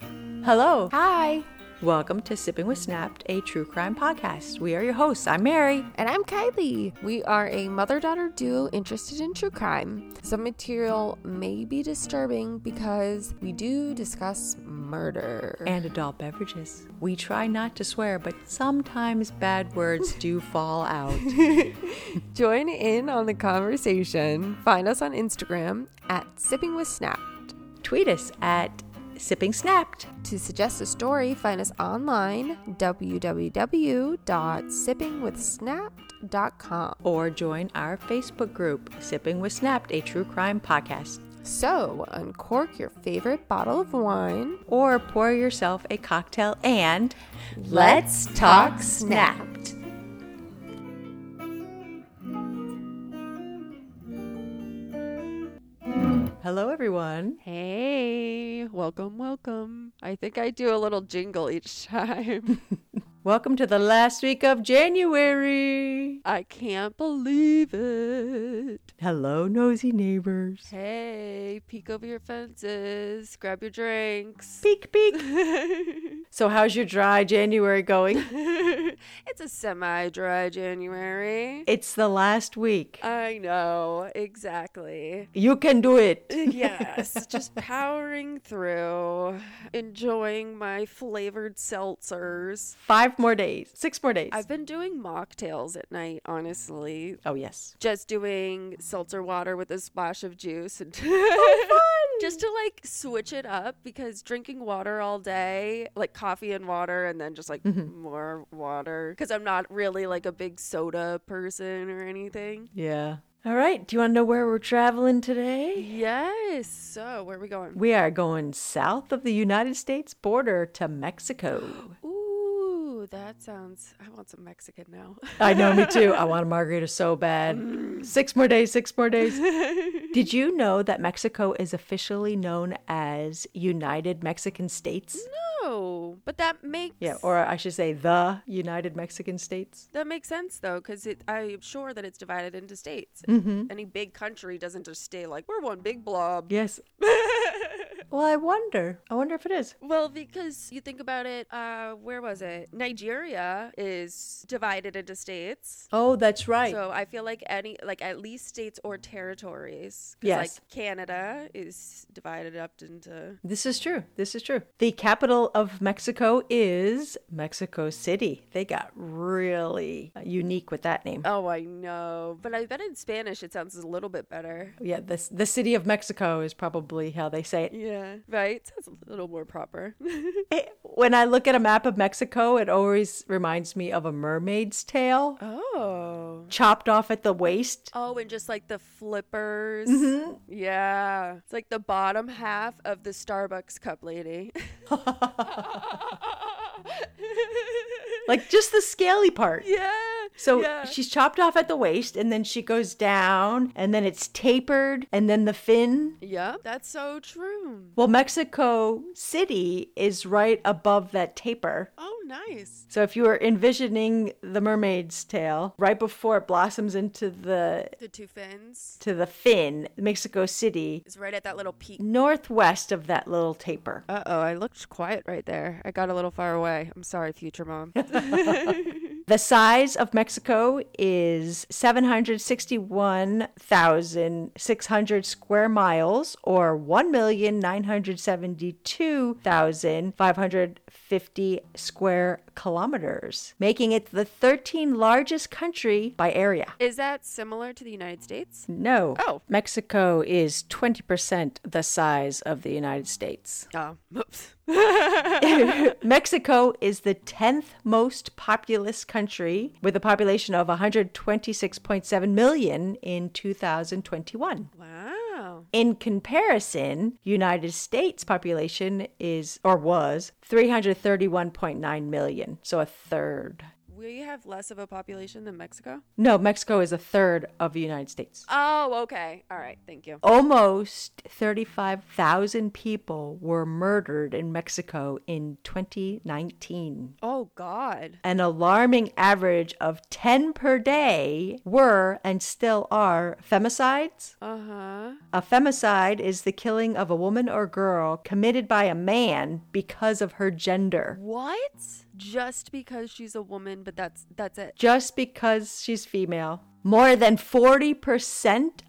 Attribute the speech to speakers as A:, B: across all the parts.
A: Hello.
B: Hi,
A: Welcome to Sipping with Snapped, a true crime podcast. We are your hosts. I'm Mary.
B: and I'm Kylie. We are a mother daughter duo interested in true crime. Some material may be disturbing because we do discuss murder.
A: And adult beverages. We try not to swear, but sometimes bad words do fall out.
B: Join in on the conversation. Find us on Instagram at Sipping with Snapped.
A: Tweet us at Sipping Snapped.
B: To suggest a story, find us online www.sippingwithsnapped.com.
A: Or join our Facebook group, Sipping with Snapped, a true crime podcast.
B: So, uncork your favorite bottle of wine.
A: Or pour yourself a cocktail and
B: Let's talk Snapped.
A: Hello, everyone.
B: Hey, welcome, welcome. I think I do a little jingle each time.
A: Welcome to the last week of January.
B: I can't believe it.
A: Hello, nosy neighbors.
B: Hey, peek over your fences, grab your drinks.
A: Peek, peek. So, how's your dry January going?
B: it's a semi dry January.
A: It's the last week.
B: I know, exactly.
A: You can do it.
B: Yes, just powering through, enjoying my flavored seltzers.
A: Five more days, six more days.
B: I've been doing mocktails at night, honestly.
A: oh, yes.
B: just doing seltzer water with a splash of juice and just to like switch it up because drinking water all day like coffee and water and then just like more water because i'm not really like a big soda person or anything
A: Yeah. All right. Do you want to know where we're traveling today?
B: yes so where are we going
A: We are going south of the United States border to Mexico.
B: ooh that sounds i want some mexican now
A: I know, me too. I want a margarita so bad. Six more days, six more days. Did you know that Mexico is officially known as United Mexican States?
B: no Oh, but that makes
A: Yeah, or I should say the United Mexican States.
B: That makes sense though, because I'm sure that it's divided into states. Any big country doesn't just stay like we're one big blob.
A: Yes. well, I wonder. I wonder if it is.
B: Well, because you think about it, uh, where was it? Nigeria is divided into states.
A: Oh, that's right.
B: So I feel like any, like at least states or territories. 'Cause,
A: Yes.
B: Like Canada is divided up into.
A: this is true. This is true. The capital of Mexico is Mexico City. They got really uh, unique with that name.
B: Oh, I know, but I bet in Spanish it sounds a little bit better.
A: Yeah, this, the city of Mexico is probably how they say it.
B: Yeah, right. Sounds a little more proper.
A: Eh, When I look at a map of Mexico, it always reminds me of a mermaid's tail
B: oh.
A: chopped off at the waist.
B: Oh, and just like the flippers. Yeah. It's like the bottom half of the Starbucks cup lady.
A: Like just the scaly part.
B: yeah.
A: So
B: yeah.
A: she's chopped off at the waist and then she goes down and then it's tapered and then the fin.
B: Yeah, that's so true.
A: Well, Mexico City is right above that taper.
B: Oh, nice.
A: So if you were envisioning the mermaid's tail right before it blossoms into the
B: The two fins
A: to the fin, Mexico City,
B: is right at that little peak.
A: northwest of that little taper.
B: Uh oh, I looked quiet right there. I got a little far away. I'm sorry, future mom.
A: The size of Mexico is 761,600 square miles or 1,972,550 square kilometers, making it the 13th largest country by area.
B: is that similar to the United States?
A: No.
B: Oh.
A: Mexico is 20% the size of the United States.
B: Oh, oops.
A: Mexico is the 10th most populous country with a population of 126.7 million in 2021.
B: wow.
A: In comparison, United States population is or was 331.9 million, so a third.
B: we have less of a population than Mexico?
A: No, Mexico is a third of the United States.
B: Oh, okay. All right. Thank you.
A: Almost 35,000 people were murdered in Mexico in 2019.
B: Oh, God.
A: An alarming average of 10 per day were and still are femicides.
B: Uh huh.
A: A femicide is the killing of a woman or girl committed by a man because of her gender.
B: What? Just because she's a woman, but that's that's it.
A: Just because she's female. More than 40%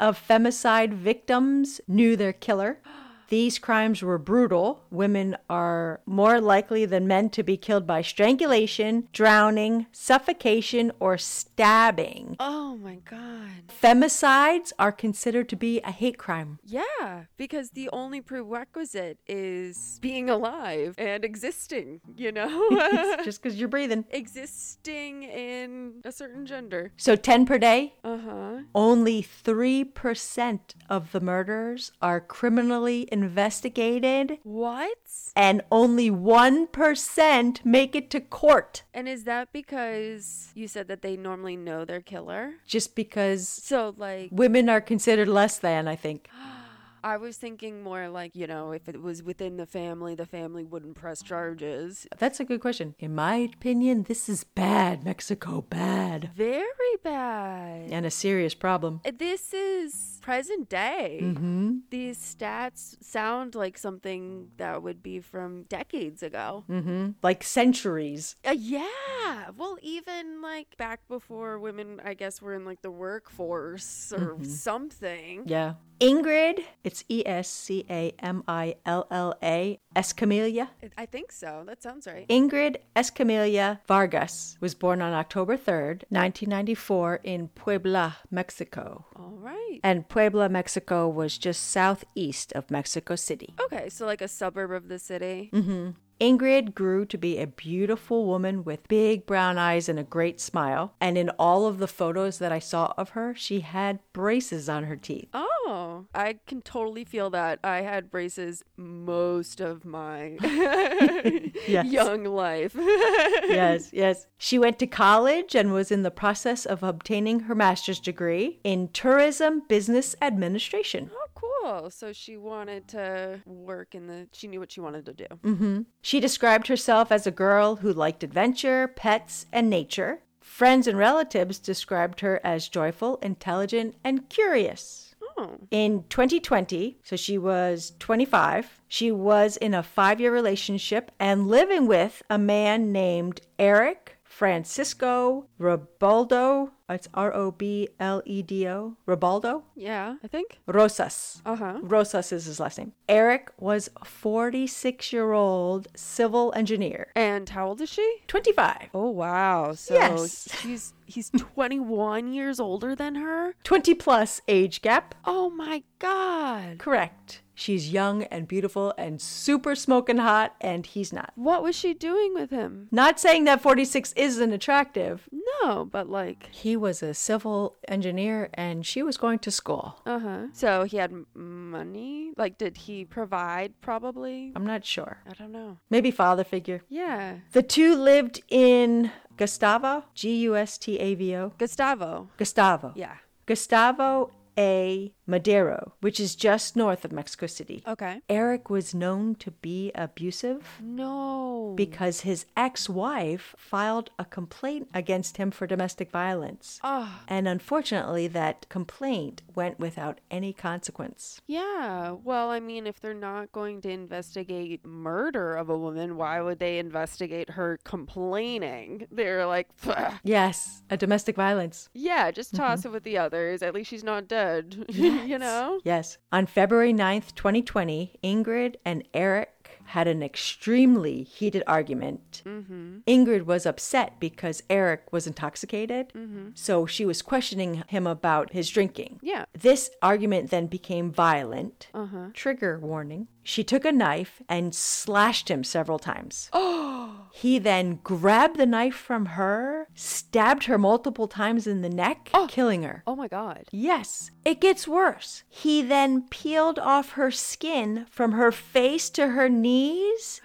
A: of femicide victims knew their killer. These crimes were brutal. Women are more likely than men to be killed by strangulation, drowning, suffocation, or stabbing.
B: Oh my God.
A: Femicides are considered to be a hate crime.
B: Yeah, because the only prerequisite is being alive and existing. You know,
A: Just because you're breathing.
B: existing in a certain gender.
A: So 10 per day,
B: Uh huh.
A: only 3% of the murders are criminally investigated,
B: What?
A: and only 1% make it to court
B: And is that because you said that they normally know their killer?
A: just because
B: So like
A: women are considered less than, I think.
B: I was thinking more like, you know, if it was within the family, the family wouldn't press charges.
A: That's a good question. In my opinion, this is bad, Mexico, bad,
B: Very bad.
A: and a serious problem.
B: This is present day. These stats sound like something that would be from decades ago.
A: hmm Like centuries.
B: Uh, yeah. Well, even like back before women, I guess, were in like the workforce or something.
A: Yeah. Ingrid, it's E S C A M I L L A, Escamilla.
B: I- I think so. That sounds right.
A: Ingrid Escamilla Vargas was born on October 3rd, 1994, in Puebla, Mexico.
B: All right.
A: And Puebla, Mexico was just southeast of Mexico City.
B: Okay, so like a suburb of the city.
A: Ingrid grew to be a beautiful woman with big brown eyes and a great smile. And in all of the photos that I saw of her, she had braces on her teeth.
B: Oh, I can totally feel that. I had braces most of my young life.
A: yes, yes. She went to college and was in the process of obtaining her master's degree in tourism business administration.
B: oh, cool. So she wanted to work in the, she knew what she wanted to do.
A: She described herself as a girl who liked adventure, pets, and nature. Friends and relatives described her as joyful, intelligent, and curious.
B: Oh,
A: In 2020, so she was 25, she was in a five year relationship and living with a man named Eric Francisco Robaldo. It's R O B L E D O. Robaldo?
B: yeah, I think.
A: Rosas.
B: Uh huh.
A: Rosas is his last name. Eric was a 46 year old civil engineer.
B: And how old is she?
A: 25.
B: Oh, wow. So
A: Yes.
B: she's, he's 21 years older than her.
A: 20 plus age gap.
B: Oh, my God.
A: Correct. She's young and beautiful and super smoking hot, and he's not.
B: What was she doing with him?
A: Not saying that 46 isn't attractive.
B: No, but like,
A: He was a civil engineer and she was going to school.
B: Uh huh. So he had m- money? Like, did he provide probably?
A: I'm not sure.
B: I don't know.
A: Maybe father figure.
B: Yeah.
A: The two lived in Gustavo, G U S T A V O.
B: Gustavo.
A: Gustavo.
B: Yeah.
A: Gustavo A. Madero, which is just north of Mexico City.
B: Okay.
A: Eric was known to be abusive
B: No.
A: because his ex wife filed a complaint against him for domestic violence.
B: oh,
A: And unfortunately, that complaint went without any consequence.
B: yeah. Well, I mean, if they're not going to investigate murder of a woman, why would they investigate her complaining? They're like, "Pfft."
A: Yes, a domestic violence.
B: yeah, just toss it with the others. At least she's not dead. you know?
A: Yes. On February 9th, 2020, Ingrid and Eric had an extremely heated argument.
B: Mm-hmm.
A: Ingrid was upset because Eric was intoxicated,
B: Mm-hmm.
A: so she was questioning him about his drinking.
B: Yeah.
A: This argument then became violent.
B: Uh huh.
A: Trigger warning. She took a knife and slashed him several times.
B: Oh.
A: He then grabbed the knife from her, stabbed her multiple times in the neck, killing her.
B: Oh my God.
A: Yes, it gets worse. He then peeled off her skin from her face to her knees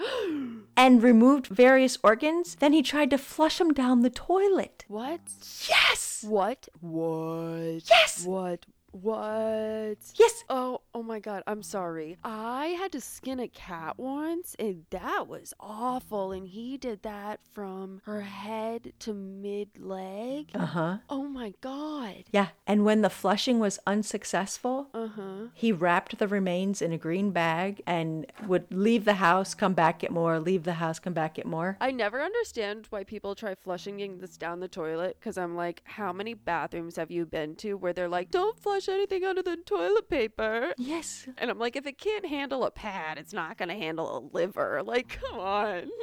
A: and removed various organs. Then he tried to flush them down the toilet.
B: What?
A: Yes!
B: What? What?
A: Yes!
B: What? What?
A: Yes!
B: Oh, oh my God. I'm sorry. I had to skin a cat once, and that was awful. And he did that from her head to mid leg.
A: Uh huh.
B: Oh my God.
A: Yeah. And when the flushing was unsuccessful,
B: Uh huh.
A: he wrapped the remains in a green bag and would leave the house, come back, get more, leave the house, come back, get more.
B: I never understand why people try flushing this down the toilet because I'm like, how many bathrooms have you been to where they're like, don't flush anything under the toilet paper?
A: Yes.
B: And I'm like, if it can't handle a pad, it's not going to handle a liver. Like, come on.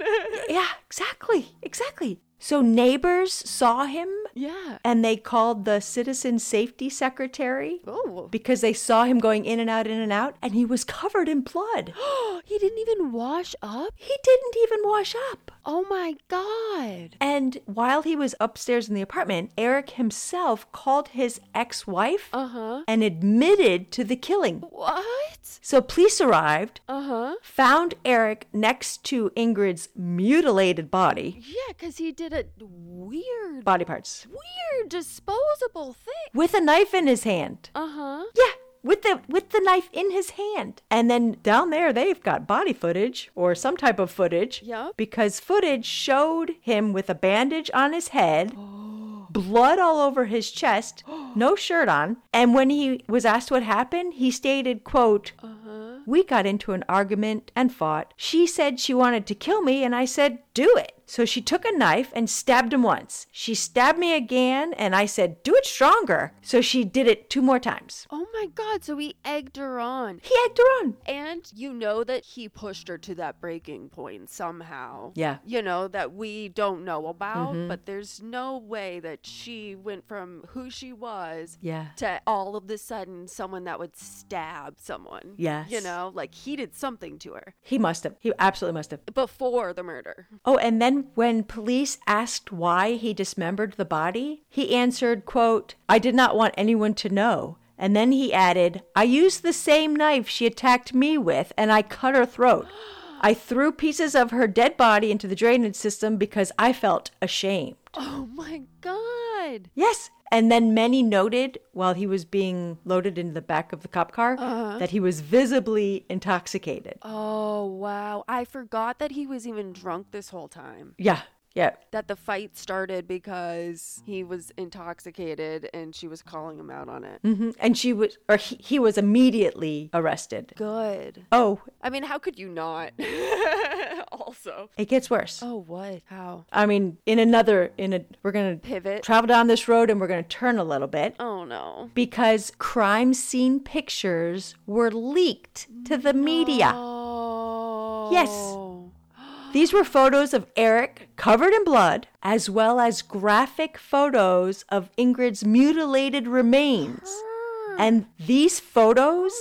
A: Yeah, exactly. Exactly. So neighbors saw him
B: yeah.
A: and they called the citizen safety secretary
B: Oh.
A: because they saw him going in and out, in and out, and he was covered in blood.
B: he didn't even wash up?
A: He didn't even wash up.
B: Oh my God.
A: And while he was upstairs in the apartment, Eric himself called his ex wife
B: Uh huh.
A: and admitted to the killing.
B: What?
A: So police arrived,
B: Uh huh.
A: found Eric next to Ingrid's mutilated body,
B: Yeah, because he did a weird,
A: body parts,
B: weird disposable thing.
A: with a knife in his hand.
B: Uh huh.
A: Yeah, with the with the knife in his hand. And then down there they've got body footage or some type of footage.
B: Yup.
A: Because footage showed him with a bandage on his head. Blood all over his chest, no shirt on. And when he was asked what happened, he stated, quote,
B: Uh huh.
A: We got into an argument and fought. She said she wanted to kill me, and I said, Do it. So she took a knife and stabbed him once. She stabbed me again, and I said, Do it stronger. So she did it two more times.
B: Oh my God. So he egged her on.
A: He egged her on.
B: And you know that he pushed her to that breaking point somehow.
A: Yeah.
B: You know, that we don't know about, but there's no way that she went from who she was
A: Yeah.
B: to all of the sudden someone that would stab someone.
A: Yes.
B: You know, like he did something to her
A: He must have. He absolutely must have.
B: before the murder.
A: Oh, and then when police asked why he dismembered the body, he answered, quote, I did not want anyone to know. And then he added, I used the same knife she attacked me with and I cut her throat. I threw pieces of her dead body into the drainage system because I felt ashamed.
B: Oh my God.
A: Yes. And then many noted while he was being loaded into the back of the cop car that he was visibly intoxicated.
B: Oh, wow. I forgot that he was even drunk this whole time.
A: Yeah. Yeah.
B: That the fight started because he was intoxicated and she was calling him out on it.
A: hmm And she was, or he, he was immediately arrested.
B: Good.
A: Oh,
B: I mean, how could you not? also.
A: it gets worse.
B: Oh, what? How?
A: I mean, in another, in a, we're gonna
B: Pivot.
A: travel down this road and we're gonna turn a little bit
B: Oh, no.
A: because crime scene pictures were leaked to the media.
B: Oh.
A: These were photos of Eric covered in blood, as well as graphic photos of Ingrid's mutilated remains. And these photos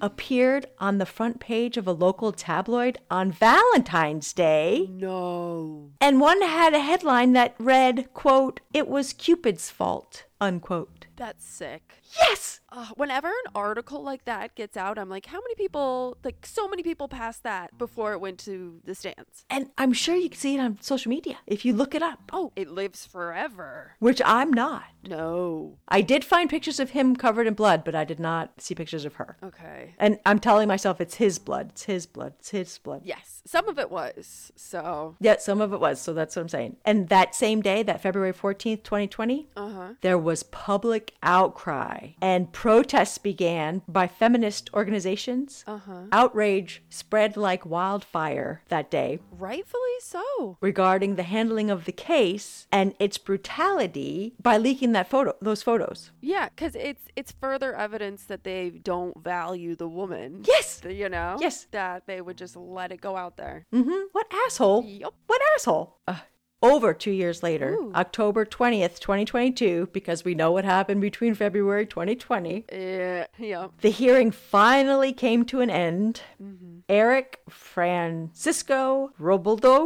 A: appeared on the front page of a local tabloid on Valentine's Day.
B: No.
A: and one had a headline that read quote it was cupid's fault unquote
B: That's sick.
A: yes
B: Ugh, Uh, whenever an article like that gets out, I'm like, how many people, like, so many people passed that before it went to the stands?
A: and i'm sure you can see it on social media if you look it up
B: Oh, it lives forever.
A: which i'm not
B: No.
A: i did find pictures of him covered in blood but i did not see pictures of her
B: Okay.
A: and i'm telling myself it's his blood it's his blood it's his blood
B: Yes. Some of it was. So,
A: yeah some of it was so that's what i'm saying and that same day that february 14th 2020
B: uh huh.
A: there was public outcry and protests began by feminist organizations. Outrage spread like wildfire that day
B: Rightfully so.
A: regarding the handling of the case and its brutality by leaking that photo those photos.
B: Yeah, because it's it's further evidence that they don't value the woman.
A: Yes.
B: Th- You know?
A: Yes.
B: That they would just let it go out there.
A: Mhm. What asshole?
B: Yup.
A: What asshole? Ugh. Over two years later,
B: Ooh.
A: October 20th, 2022, because we know what happened between February 2020
B: Eh, Yeah. Yep. Mm-hmm.
A: The hearing finally came to an end. Eric Francisco Roboldo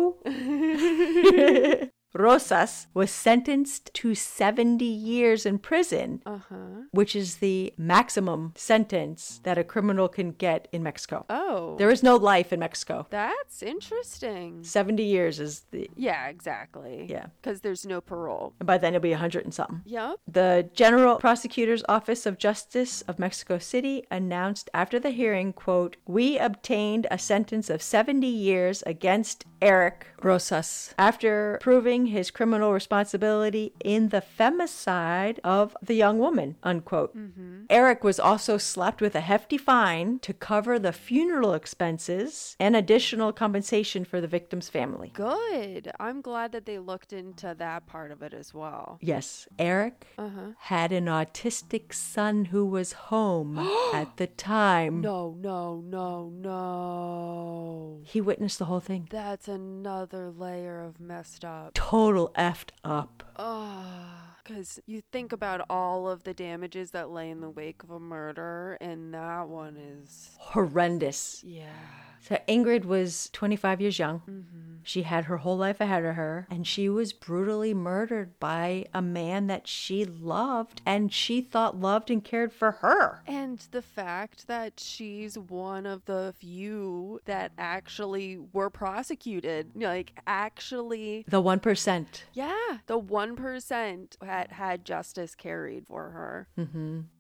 A: Rosas was sentenced to 70 years in prison,
B: Uh huh.
A: which is the maximum sentence that a criminal can get in Mexico.
B: Oh,
A: There is no life in Mexico.
B: that's interesting.
A: 70 years is the,
B: Yeah, exactly.
A: Yeah.
B: Because there's no parole.
A: and by then it'll be 100 and something.
B: Yep.
A: The General Prosecutor's Office of Justice of Mexico City announced after the hearing, quote, "We obtained a sentence of 70 years against Eric Rosas after proving his criminal responsibility in the femicide of the young woman." Unquote. Eric was also slapped with a hefty fine to cover the funeral expenses and additional compensation for the victim's family.
B: Good. I'm glad that they looked into that part of it as well. Uh-huh.
A: Yes, Eric had an autistic son who was home at the time.
B: No, no, no, no.
A: He witnessed the whole thing.
B: That's another layer of messed up.
A: Total effed up.
B: Because you think about all of the damages that lay in the wake of a murder, and that one is.
A: Horrendous.
B: Yeah.
A: So Ingrid was 25 years young. She had her whole life ahead of her, and she was brutally murdered by a man that she loved and she thought loved and cared for her.
B: And the fact that she's one of the few that actually were prosecuted, like, actually.
A: The 1%.
B: Yeah, the 1% had had justice carried for her.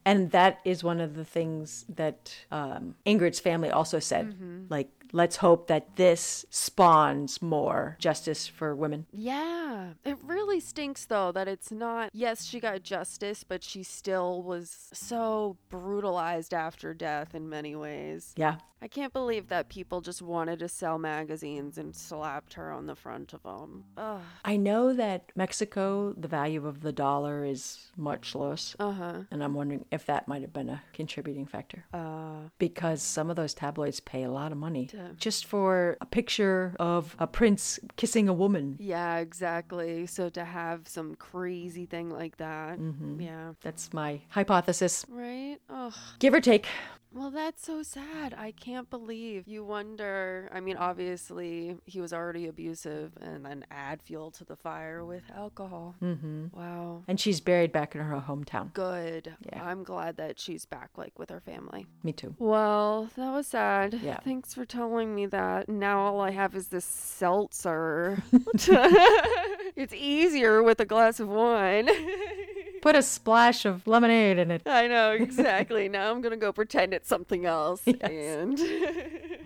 A: And that is one of the things that um, Ingrid's family also said. Like, let's hope that this spawns more justice for women.
B: Yeah. It really stinks though that it's not yes, she got justice, but she still was so brutalized after death in many ways.
A: Yeah.
B: I can't believe that people just wanted to sell magazines and slapped her on the front of them. Ugh.
A: I know that Mexico, the value of the dollar is much less.
B: Uh-huh.
A: And I'm wondering if that might have been a contributing factor
B: Uh,
A: because some of those tabloids pay a lot of money
B: Yeah.
A: just for a picture of a prince kissing a woman.
B: yeah, exactly. So to have some crazy thing like that. Yeah.
A: That's my hypothesis.
B: Right? Ugh.
A: Give or take.
B: Well, that's so sad. I can't believe. You wonder. I mean, obviously, he was already abusive and then add fuel to the fire with alcohol. Mm-hmm. Wow.
A: And she's buried back in her hometown.
B: Good.
A: Yeah.
B: I'm glad that she's back, like, with her family.
A: Me too.
B: Well, that was sad.
A: Yeah.
B: Thanks for telling me that. Now all I have is this seltzer. it's easier with a glass of wine.
A: Put a splash of lemonade in it.
B: I know, exactly. now I'm going to go pretend it's something else. And.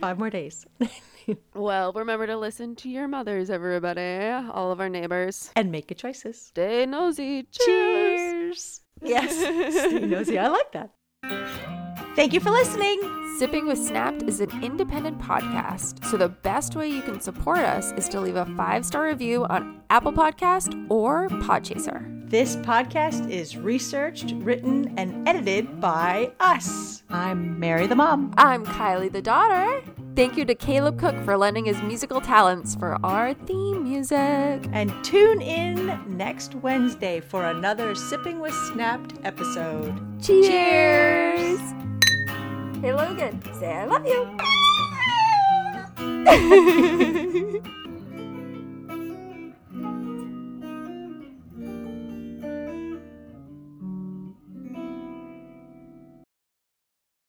A: Five more days.
B: Well, remember to listen to your mothers, everybody. All of our neighbors.
A: and make good choices.
B: Stay nosy. Cheers.
A: Yes. Stay nosy. I like that. Thank you for listening.
C: Sipping with Snapped is an independent podcast, so the best way you can support us is to leave a five star review on Apple Podcast or Podchaser.
A: This podcast is researched, written, and edited by us. I'm Mary the Mom.
C: I'm Kylie the daughter. Thank you to Caleb Cook for lending his musical talents for our theme music.
A: And tune in next Wednesday for another Sipping with Snapped episode.
C: Cheers! Hey Logan, say I love you.